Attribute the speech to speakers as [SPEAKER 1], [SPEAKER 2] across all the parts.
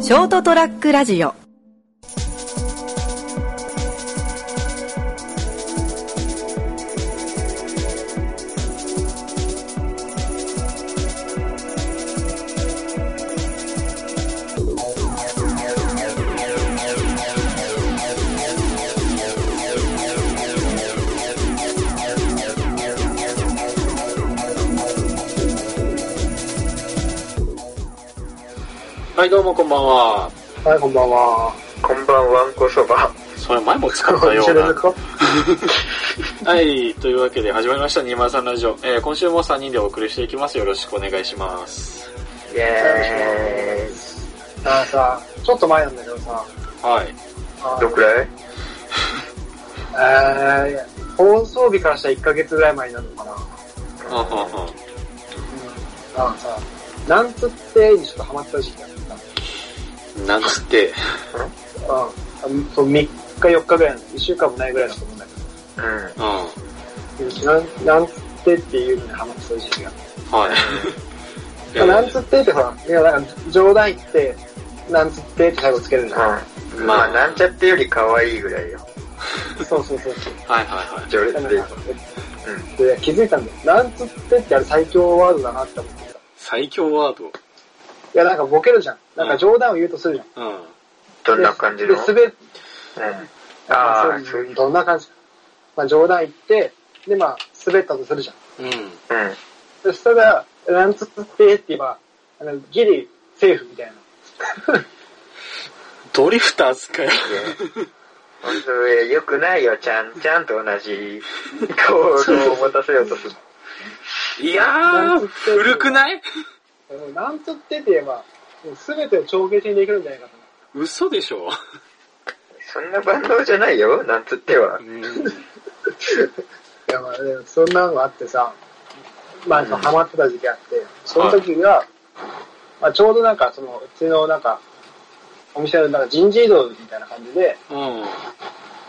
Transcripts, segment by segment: [SPEAKER 1] ショートトラックラジオ
[SPEAKER 2] はい、どうもこんばんは。
[SPEAKER 3] はい、こんばんは。
[SPEAKER 4] こんばんわんこそば。
[SPEAKER 2] それ前も使ったよ
[SPEAKER 3] 一緒
[SPEAKER 2] う
[SPEAKER 3] です
[SPEAKER 2] な。
[SPEAKER 3] か
[SPEAKER 2] はい、というわけで始まりました203ラジオ。えー今週も3人でお送りしていきます。よろしくお願いします。
[SPEAKER 4] イエー
[SPEAKER 3] あのさ、ちょっと前なんだけどさ、
[SPEAKER 2] はい。
[SPEAKER 3] あ
[SPEAKER 4] イ。ど
[SPEAKER 3] の
[SPEAKER 4] くらい
[SPEAKER 3] えー、放送日からしたら1ヶ月ぐらい前になるのかな。うん。
[SPEAKER 2] うんうんうん。
[SPEAKER 3] あのさ、なんつってにちょっとハマってた時期があっ
[SPEAKER 2] なんつって、
[SPEAKER 3] た。うん。そう、3日4日ぐらいの、1週間もないぐらいだと思うんだ
[SPEAKER 4] うん。
[SPEAKER 2] うん。
[SPEAKER 3] けど、なんなんつってっていうのにハマってた時期があっ
[SPEAKER 2] はい。
[SPEAKER 3] た。なんつってってほら、いや、なんか冗談言って、なんつってって最後つけるんだよ。
[SPEAKER 4] うん。まあ、なんちゃってより可愛いぐらいよ。
[SPEAKER 3] そうそうそう そう。
[SPEAKER 2] はいはいは
[SPEAKER 4] 序
[SPEAKER 3] だ
[SPEAKER 4] 列
[SPEAKER 3] か
[SPEAKER 4] で
[SPEAKER 3] ら。で気づいたんだよ。なんつってってあれ最強ワードだなって思ってさ。
[SPEAKER 2] い。最強ワード。
[SPEAKER 3] いや、なんかボケるじゃん。なんか冗談を言うとするじゃん。
[SPEAKER 2] うん。
[SPEAKER 4] どんな感じ
[SPEAKER 3] で、
[SPEAKER 4] の
[SPEAKER 3] で滑っ
[SPEAKER 4] うん。ああ、そういう。
[SPEAKER 3] どんな感じまあ冗談言って、で、まあ、滑ったとするじゃん。
[SPEAKER 2] うん。
[SPEAKER 4] うん。
[SPEAKER 3] でそしたら、なんつってって言えば、あの、ギリ、セーフみたいな。
[SPEAKER 2] ドリフターズかよ。
[SPEAKER 4] 本当えよくないよ、ちゃんちゃんと同じ行動を持たせようとする。
[SPEAKER 2] いやー、古くない
[SPEAKER 3] うんなんつってって言えば、すべてを帳消しにできるんじゃないかと思
[SPEAKER 2] 嘘でしょ。
[SPEAKER 4] そんな万能じゃないよ、なんつっては
[SPEAKER 2] う。ん。
[SPEAKER 3] う。いや、まあ、でもそんなのがあってさ、まあ、そのハマってた時期あって、その時が、まあ、ちょうどなんか、その、うちのなんか、お店のなんか人事異動みたいな感じで、
[SPEAKER 2] うん。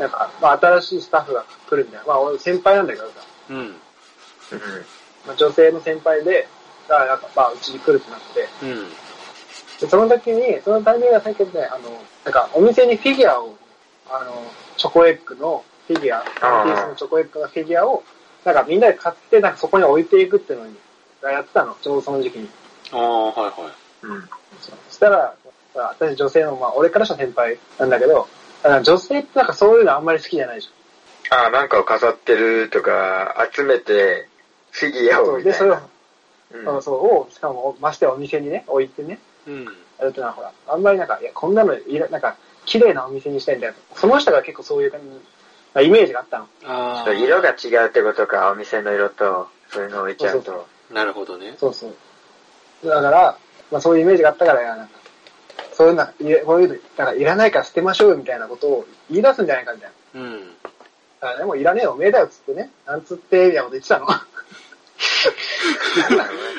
[SPEAKER 3] なんか、まあ、新しいスタッフが来るみたいな。まあ、俺先輩なんだけどさ、
[SPEAKER 2] うん。
[SPEAKER 4] うん。
[SPEAKER 3] まあ、女性の先輩で、だからなんか、まあ、うちに来るってなっ
[SPEAKER 2] う
[SPEAKER 3] て、
[SPEAKER 2] ん。
[SPEAKER 3] で、その時に、そのタイミングが最近ね、あの、なんか、お店にフィギュアを、あの、チョコエッグのフィギュア、ワンピースのチョコエッグのフィギュアを、なんかみんなで買って、なんかそこに置いていくっていうのに、やってたの、ちょうどその時期に。
[SPEAKER 2] あー、はいはい。
[SPEAKER 4] うん。
[SPEAKER 3] そうそしたら、まあ私女性の、まあ、俺からしたら先輩なんだけど、あの女性ってなんかそういうのあんまり好きじゃないでしょ。
[SPEAKER 4] ああ、なんかを飾ってるとか、集めて、フィギュアをみ
[SPEAKER 3] で、
[SPEAKER 4] た
[SPEAKER 3] そ
[SPEAKER 4] い
[SPEAKER 3] れを
[SPEAKER 4] な。、うん
[SPEAKER 3] そうそうを、しかも、ましてやお店にね、置いてね、
[SPEAKER 2] うん。
[SPEAKER 3] やるってのは、ほら、あんまりなんか、いや、こんなのいら、なんか、綺麗なお店にしたいんだよ。その人が結構そういう感じの、イメージがあったの。
[SPEAKER 2] あ
[SPEAKER 4] そう色
[SPEAKER 2] ー、
[SPEAKER 4] が違うってことか、お店の色と、そういうのを置いちゃう
[SPEAKER 3] そうそ
[SPEAKER 4] と。
[SPEAKER 2] なるほどね。
[SPEAKER 3] そうそう。だから、まあそういうイメージがあったから、いやなんか、そういうの、いやこういうの、だからいらないから捨てましょうよみたいなことを言い出すんじゃないかみたいな。
[SPEAKER 2] うん。
[SPEAKER 3] だからね、もういらねえよ、おめえだよっつってね、なんつって、みたいなこと言ってたの。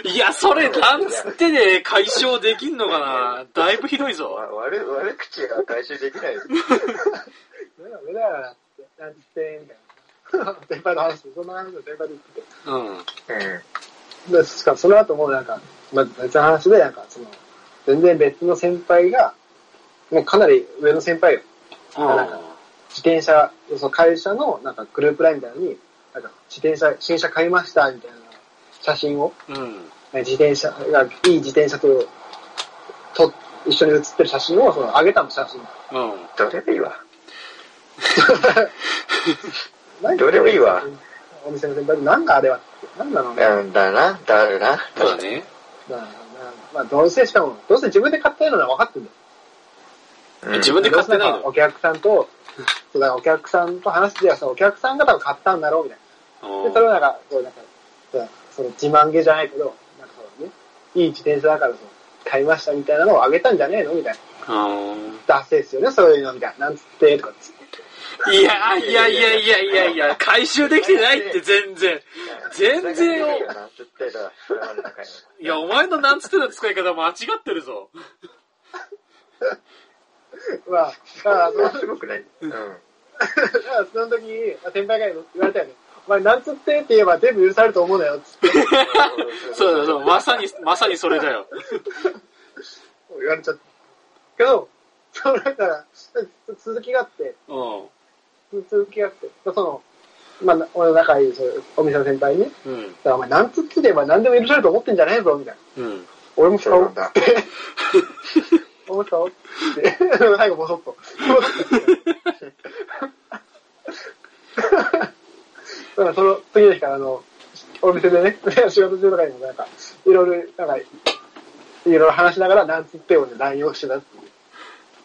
[SPEAKER 2] いや、それ、なんつってで解消できんのかなだいぶひどい
[SPEAKER 4] わ
[SPEAKER 2] ぞ。
[SPEAKER 4] 悪悪口は回収できないよ。
[SPEAKER 3] おめえだよ、おめえだよなって、なんつ って、みたいな。先輩の話、そんな話の先輩で言ってて。
[SPEAKER 2] うん。
[SPEAKER 4] うん。
[SPEAKER 3] で、しかもその後もなんか、まあ、別の話で、なんか、その、全然別の先輩が、もうかなり上の先輩よ。
[SPEAKER 2] あ
[SPEAKER 3] 自転車、その会社のなんかグループラインみたいなのに、なんか自転車、新車買いました、みたいな写真を、
[SPEAKER 2] ーうん。
[SPEAKER 3] 自転車が、いい自転車と、と、一緒に写ってる写真を、その、あげたの写 真。
[SPEAKER 2] うん。
[SPEAKER 4] どれでいいわ。
[SPEAKER 3] 何
[SPEAKER 4] どうでもいいわ。
[SPEAKER 3] お店の先輩に、なんだあれはって。なんなのね。
[SPEAKER 4] うんだな、だるな。
[SPEAKER 2] そうだね。
[SPEAKER 3] まあまあ、どうせ、しかも、どうせ自分で買ったようなのは分かってんだよ
[SPEAKER 4] うん
[SPEAKER 2] 自分で買ってない
[SPEAKER 3] んか
[SPEAKER 2] の
[SPEAKER 3] お客さんと、そうだお客さんと話してじゃあそのお客さんが多分買ったんだろうみたいな。で、それをなんか、そうなんか、そうその自慢げじゃないけど、なんかそうね、いい自転車だからそう買いましたみたいなのをあげたんじゃねえのみたいな。
[SPEAKER 2] うん
[SPEAKER 3] ダセーっすよね、そういうのみたいな。なんつって、とかっつって。
[SPEAKER 2] いや、いやいやいやいやいや、回収できてないって全然。全然よ。
[SPEAKER 4] なんつってたそれはなんか
[SPEAKER 2] いや、お前のなんつってた使い方間違ってるぞ。
[SPEAKER 3] まあ、だからその、だ
[SPEAKER 4] すごくない。うん。
[SPEAKER 3] からその時に、まあ先輩から言われたよね。お前、なんつってって言えば全部許されると思うなよ、つって
[SPEAKER 2] そうだ、そう、まさに、まさにそれだよ。
[SPEAKER 3] 言われちゃって。けど、そのだから、続きがあって、
[SPEAKER 2] うん。
[SPEAKER 3] 続きがあって、その、まあ、な俺の仲いい、そういうお店の先輩に、ね、
[SPEAKER 2] うん。
[SPEAKER 3] お前、なんつってれば何でも許されると思ってんじゃねえぞ、みたいな。
[SPEAKER 2] うん。
[SPEAKER 3] 俺も使
[SPEAKER 4] そ
[SPEAKER 3] お
[SPEAKER 4] うな。
[SPEAKER 3] うん
[SPEAKER 4] だ。
[SPEAKER 3] 思ったおって。 最後、ボソッと。だ から、その次の日から、あの、お店でね、 仕事中とかにもなんか、いろいろ、なんか、いろいろ話しながら、なんつってをね、乱用してたっていう。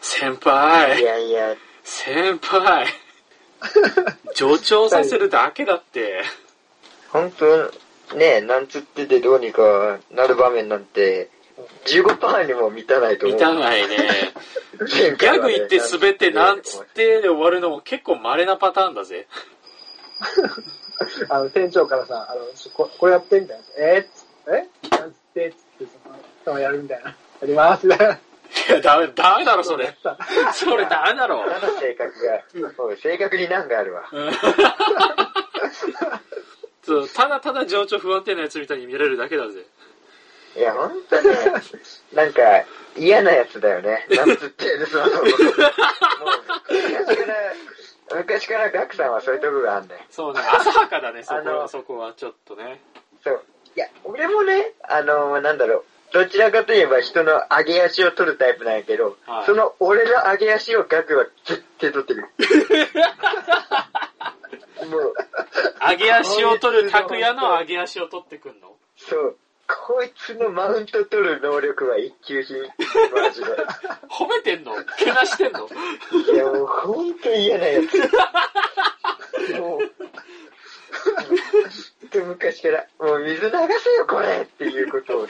[SPEAKER 2] 先
[SPEAKER 4] い
[SPEAKER 2] 輩
[SPEAKER 4] やいや、
[SPEAKER 2] 先輩助長させるだけだって。
[SPEAKER 4] 本当ねなんつっててどうにかなる場面なんて、15%にも満たないと思
[SPEAKER 2] 満
[SPEAKER 4] う。
[SPEAKER 2] たないね。
[SPEAKER 4] 前
[SPEAKER 2] ギ
[SPEAKER 4] 回
[SPEAKER 2] ャ
[SPEAKER 4] は
[SPEAKER 2] グ
[SPEAKER 4] ね
[SPEAKER 2] 言って滑ってなんつってで終わるのも結構稀なパターンだぜ。
[SPEAKER 3] あの、店長からさ、あの、ちょここれやって、みたいな。えーっつえなんつって、つって、その、そのやるみたいな。やります、みたいな。
[SPEAKER 2] いや、ダメ、ダメだろ、それ。 それダメだろ。
[SPEAKER 4] ただ性格が、おい性格に難があるわ。
[SPEAKER 2] うんそうただただ情緒不安定なやつみたいに見られるだけだぜ。
[SPEAKER 4] いや、ほんと ね、なんか、嫌なやつだよね。なんつって、その、もう、昔から、昔からガクさんはそういうとこがあんだよ。
[SPEAKER 2] そうね、浅はかだ ね、そこ
[SPEAKER 4] あの
[SPEAKER 2] は、そこはちょっとね。
[SPEAKER 4] そう。いや、俺もね、あのなんだろう、どちらかといえば人の上げ足を取るタイプなんやけど、
[SPEAKER 2] はい
[SPEAKER 4] その俺の上げ足をガクは絶対取っ てくる。もう、
[SPEAKER 2] 揚げ足を取る拓也の揚げ足を取ってくんの
[SPEAKER 4] そう。こいつのマウント取る能力は一級品。マジで。
[SPEAKER 2] 褒めてんのけなしてんの
[SPEAKER 4] いや、もう本当に嫌なやつ。もう、で昔から、もう水流せよ、これっていうことを。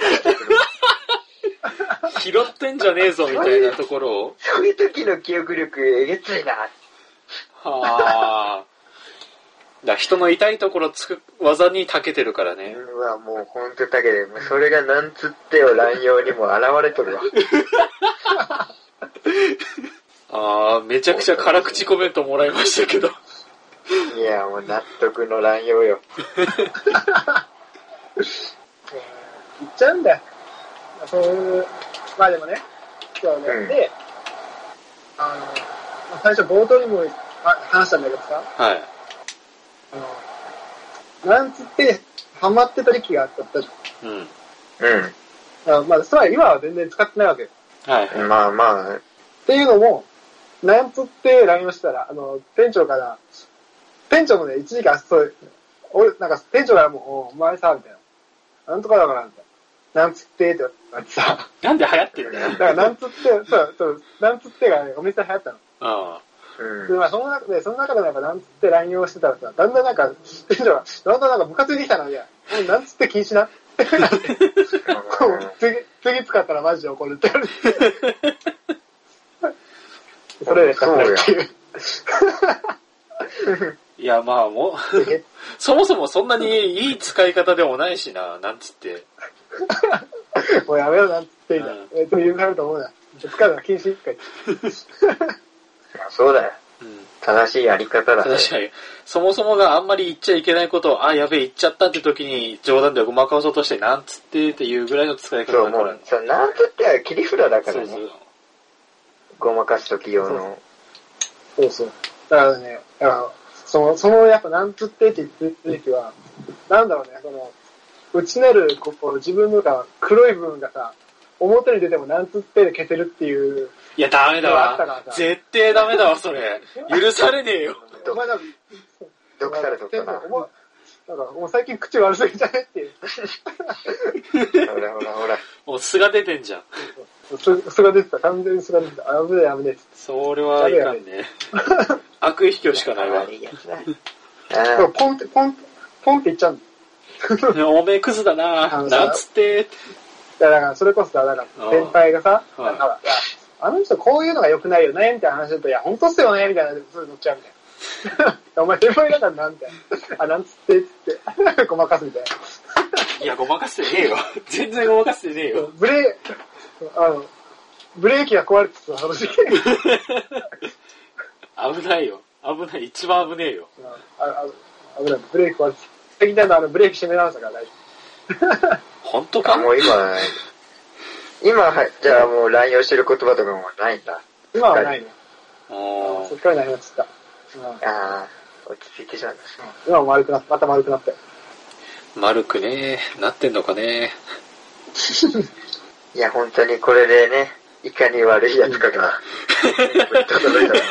[SPEAKER 2] 拾ってんじゃねえぞみたいなところを。
[SPEAKER 4] そういう時の記憶力、えげついな。
[SPEAKER 2] はあ。だから人の痛いところつく技に長けてるからね。
[SPEAKER 4] うわ、もう本当だけで、もうそれがなんつってよ、乱用にも現れとるわ。
[SPEAKER 2] ああ、めちゃくちゃ辛口コメントもらいましたけど。
[SPEAKER 4] いや、もう納得の乱用よ。
[SPEAKER 3] 行っちゃうんだよ。そういう、まあでもね、今日ね、
[SPEAKER 4] うん
[SPEAKER 3] で、あの、まあ最初冒頭にもあ話したんだけどさ、
[SPEAKER 2] はい。
[SPEAKER 3] あの、なんつって、ハマってた時期があったったじ
[SPEAKER 2] うん。
[SPEAKER 4] う
[SPEAKER 3] ゃん。あまあ、それは今は全然使ってないわけよ。
[SPEAKER 2] はい。
[SPEAKER 4] ん。まあまあ、
[SPEAKER 3] っていうのも、なんつって LINE をしてたら、あの、店長から、店長もね、一時間、そう、俺、なんか店長からもう、おお前さ、みたいな。なんとかだから、みたいな。なんつって、って言われてさ、
[SPEAKER 2] なんで流行ってんだよ
[SPEAKER 3] だ。から、なんつって、そう、そう、なんつってがね、お店で流行ったの。
[SPEAKER 2] あ
[SPEAKER 4] うん
[SPEAKER 3] で、。まあ、その中で、その中でなんか、なんつって乱用してたらさ、だんだんなんか、店長が、だんだんなんか、ムカついてきたの、いや、もうなんつって禁止な。次、次使ったらマジで怒るって言われて。それで買ったっていう。
[SPEAKER 2] あ。いや、まあもう、 そもそもそんなにいい使い方でもないしな、なんつって。
[SPEAKER 3] もうやめろ、なんつって、みたいな
[SPEAKER 2] うん。
[SPEAKER 3] えっと、許されると思うな。使うのは禁止一回。
[SPEAKER 4] そうだよ。
[SPEAKER 2] うん。
[SPEAKER 4] 正しいやり方だ。
[SPEAKER 2] 確かに。そもそもがあんまり言っちゃいけないことを、あ、やべえ、言っちゃったって時に冗談でごまかそうとして、なんつってっていうぐらいの使い
[SPEAKER 4] そ
[SPEAKER 2] 方
[SPEAKER 4] う、
[SPEAKER 2] だ
[SPEAKER 4] も
[SPEAKER 2] か
[SPEAKER 4] う
[SPEAKER 2] ら。、
[SPEAKER 4] そうなんつっては切り札だか
[SPEAKER 2] そ
[SPEAKER 4] ら
[SPEAKER 2] うそ
[SPEAKER 4] ね。
[SPEAKER 2] う。
[SPEAKER 4] ごまかす時用の。
[SPEAKER 3] そうそう。だからね、だからその、そのやっぱなんつってって言ってる時は、なんだろうね、その、内なる、こう、自分のが黒い部分がさ、表に出てもなんつってで消せるっていう、
[SPEAKER 2] いや、ダメだ
[SPEAKER 3] あったから
[SPEAKER 2] わ
[SPEAKER 3] さ。
[SPEAKER 2] 絶対ダメだわ、それ。許されねえよ。
[SPEAKER 4] ど
[SPEAKER 3] お前なんか、
[SPEAKER 4] 毒されとったな。
[SPEAKER 3] お前なんか、もう最近口悪すぎじゃねっていう、
[SPEAKER 4] ほらほらほら。
[SPEAKER 2] もう素が出てんじゃん。
[SPEAKER 3] す、すが出てた、完全にすが出てた、あ危ねえ危ねえっつって。
[SPEAKER 2] それはいかんね。悪意卑怯しかないわ。
[SPEAKER 4] いやつだ。
[SPEAKER 3] だからポンって、ポンって、ポンっていっちゃうん
[SPEAKER 2] ね おめえクズだ
[SPEAKER 3] あ
[SPEAKER 2] な、
[SPEAKER 3] のさ
[SPEAKER 2] なんつってって。
[SPEAKER 3] だから、それこそさ、だから、先輩がさ、
[SPEAKER 2] あー
[SPEAKER 3] なんか、いやあの人こういうのが良くないよね、みたいな話だと、いや、本当っすよね、みたいな、そういうの乗っちゃうみたいな。 お前先輩だからな、みたいな。 あ、なんつって、つって、 ごまかすみたい
[SPEAKER 2] いや、ごまかしてねえよ。 全然ごまかしてねえ
[SPEAKER 3] な
[SPEAKER 2] よ。。
[SPEAKER 3] ブレー、あの、ブレーキが壊れてた、その時期。
[SPEAKER 2] 危ないよ。危ない。一番危ねえよ。
[SPEAKER 3] あああ危ない、ブレーキ壊れてた。最近だとあの、ブレーキ締め直したから大丈
[SPEAKER 2] 本当
[SPEAKER 4] あ、
[SPEAKER 2] か
[SPEAKER 4] もう今、今は、じゃあもう乱用してる言葉とかもないんだ。
[SPEAKER 3] 今はないね。
[SPEAKER 2] あ
[SPEAKER 3] すっかりなくなっちゃった。うん
[SPEAKER 4] ああ、落ち着いてしまいました。
[SPEAKER 3] 今も丸くなった。また丸くな ったよ。
[SPEAKER 2] ー丸くねなってんのかね
[SPEAKER 4] いや、本当にこれでね、いかに悪いやつかが、届いたのね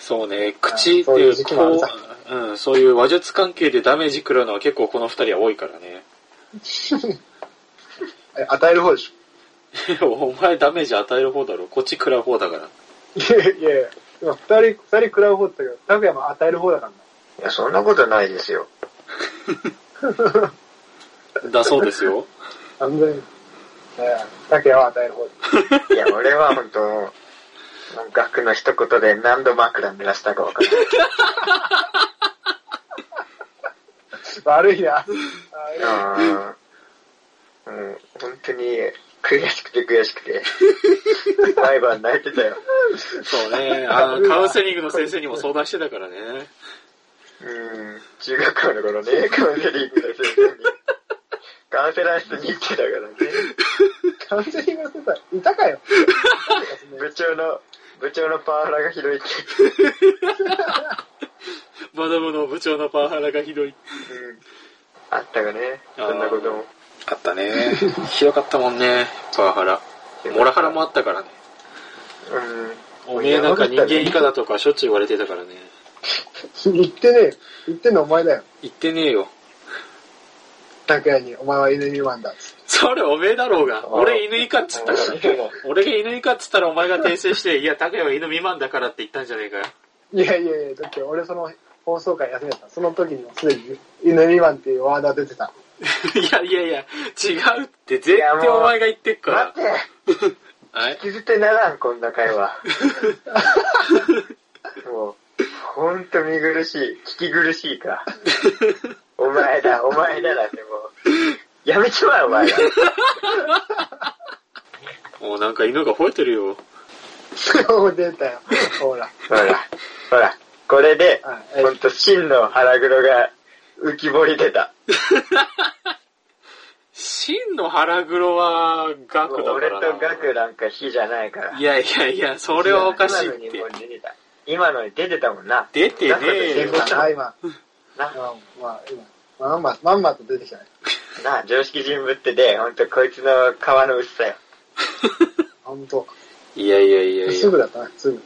[SPEAKER 2] そうね、口って
[SPEAKER 3] そう
[SPEAKER 2] い
[SPEAKER 3] いう
[SPEAKER 2] う、
[SPEAKER 3] 時期もあるさ
[SPEAKER 2] こう、うん、そういう話術関係でダメージ食らうのは結構この二人は多いからね。
[SPEAKER 3] え与える方でし
[SPEAKER 2] お前ダメージ与える方だろ、こっち食らう方だから。
[SPEAKER 3] ょ。いやいやいや、今二人、二人食らう方だったけど、拓也も与える方だからな。
[SPEAKER 4] いや、そんなことないですよ。
[SPEAKER 2] だそうですよ。
[SPEAKER 3] 完全に。ええ拓也は与える方だ。
[SPEAKER 4] いや、俺は本当、もうガクの一言で何度枕濡らしたかわからない。
[SPEAKER 3] 悪いな。
[SPEAKER 4] ああ、もう本当に悔しくて悔しくて、毎晩泣いてたよ。
[SPEAKER 2] そうね、あのカウンセリングの先生にも相談してたからね。
[SPEAKER 4] うん、中学校の頃ね、カウンセリングの先生に、カウンセラー室に行ってたから
[SPEAKER 3] 完
[SPEAKER 4] ね、
[SPEAKER 3] 全に忘れた。いた かよ。
[SPEAKER 4] 部長の、部長のパワハラがひどいって、
[SPEAKER 2] マダムの部長のパワハラがひどい。
[SPEAKER 4] うん、あったよね、そんなことも。
[SPEAKER 2] あったね。ひどかったもんね、パワハラ。モラハラもあったからね。
[SPEAKER 4] うん。
[SPEAKER 2] おめえなんか人間以下だとかしょっちゅう言われてたからね。
[SPEAKER 3] 言ってねえよ。言ってんのお前だよ。
[SPEAKER 2] 言ってねえよ。
[SPEAKER 3] 拓也に、お前は犬未満だっつって。
[SPEAKER 2] それおめえだろうが。俺犬以下っつったから。
[SPEAKER 4] ら。
[SPEAKER 2] 俺が犬以下っつったらお前が訂正して、いや、高谷は犬未満だからって言ったんじゃねえかよ。
[SPEAKER 3] いやいやいや、だって俺その放送会休めた。その時にもすでに犬未満っていうワードが出てた。
[SPEAKER 2] いやいやいや、違うって絶対お前が言ってっから
[SPEAKER 4] 待。って
[SPEAKER 2] はい。
[SPEAKER 4] 引きずってならん、こんな会 話。もう、ほんと見苦しい。聞き苦しいか。お前だ、お前だなんてもう。やめちまえ、お前ら。
[SPEAKER 2] もうなんか犬が吠えてるよ。
[SPEAKER 3] そう出たよ。ほら。
[SPEAKER 4] ほら、ほら、これで
[SPEAKER 3] は、い
[SPEAKER 4] ほんと真の腹黒が浮き彫り出た。
[SPEAKER 2] 真の腹黒は
[SPEAKER 4] も
[SPEAKER 2] 額
[SPEAKER 4] う
[SPEAKER 2] だか
[SPEAKER 4] 俺
[SPEAKER 2] ら
[SPEAKER 4] と
[SPEAKER 2] な。
[SPEAKER 4] ガクなんか火じゃないから。
[SPEAKER 2] いやいやいや、それはおかしいっ
[SPEAKER 4] 今のにも
[SPEAKER 2] て。
[SPEAKER 4] う出てた。今のに出てたもんな。
[SPEAKER 2] 出てねえ
[SPEAKER 3] 出
[SPEAKER 2] よ
[SPEAKER 3] てたな、今。
[SPEAKER 4] な
[SPEAKER 3] うんまあ、今。まんま、まんまと出てきたね。
[SPEAKER 4] な、常識人ぶってで、ほんとこいつの皮の薄さよ。
[SPEAKER 3] ほんと。
[SPEAKER 2] いやいやいやい
[SPEAKER 3] す
[SPEAKER 2] や
[SPEAKER 3] ぐ。だったな、すぐ。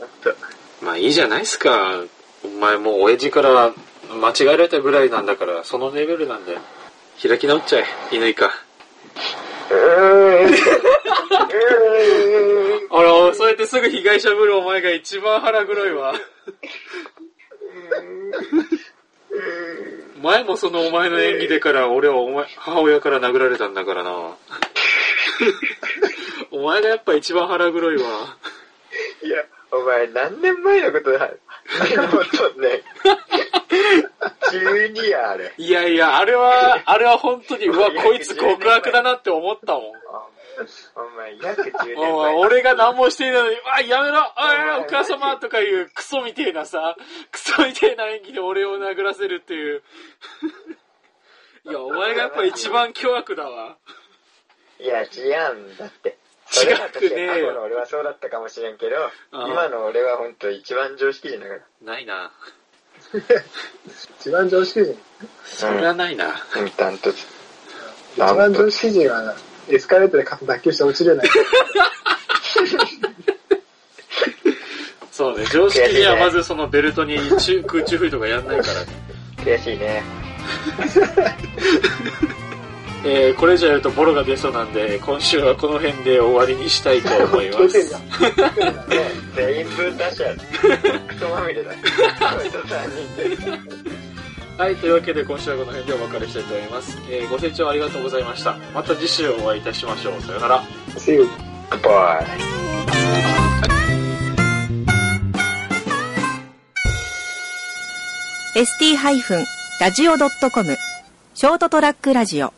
[SPEAKER 4] ほんと。
[SPEAKER 2] まあいいじゃないっすか。お前もう親父から間違えられたぐらいなんだから、そのレベルなんだよ。開き直っちゃえ、犬以下。
[SPEAKER 4] うーん。うーん。
[SPEAKER 2] あら、そうやってすぐ被害者ぶるお前が一番腹黒いわ。前もそのお前の演技でから俺はお前、母親から殴られたんだからな。お前がやっぱ一番腹黒いわ。
[SPEAKER 4] いや、お前何年前 のことだ。何のことね。12や、あれ。
[SPEAKER 2] いやいや、あれは、あれは本当に、うわ、こいつ極悪だなって思ったもん。
[SPEAKER 4] お前、約10年
[SPEAKER 2] お
[SPEAKER 4] 前。
[SPEAKER 2] い俺が何もしていないのに、あ、やめろあお母 様とかいうクソみてえなさ、クソみてえな演技で俺を殴らせるっていう。 いや、お前がやっぱ一番凶悪だわ。
[SPEAKER 4] いや、違うんだって。
[SPEAKER 2] 違くねえよ
[SPEAKER 4] それは確かに過去の俺はそうだったかもしれんけど、
[SPEAKER 2] ああ
[SPEAKER 4] 今の俺は本当一番常識人だから。
[SPEAKER 2] ないな。
[SPEAKER 3] 一番常識人。
[SPEAKER 2] それはないな。
[SPEAKER 4] うん、断トツ。
[SPEAKER 3] 一番常識人は、エスカレーターで肩脱臼して落ちるようなやつ。
[SPEAKER 2] そうね、常識にはまずそのベルトに 中空中フイとかやんないからね。
[SPEAKER 4] 悔しいね。
[SPEAKER 2] えー、これ以上やるとボロが出そうなんで、今週はこの辺で終わりにしたいと思 いま
[SPEAKER 3] 出て
[SPEAKER 2] す
[SPEAKER 3] んじゃ。ん。
[SPEAKER 4] 全員分出 しちゃう。クソまみれだ。こいつ3人で。
[SPEAKER 2] はい、というわけで今週はこの辺でお別れしたいと思います。えー、ご清聴ありがとうございました。また次週お会いいたしましょう。さよなら。
[SPEAKER 3] See you.
[SPEAKER 4] グッバイ。
[SPEAKER 1] ST-radio.com ショートトラックラジオ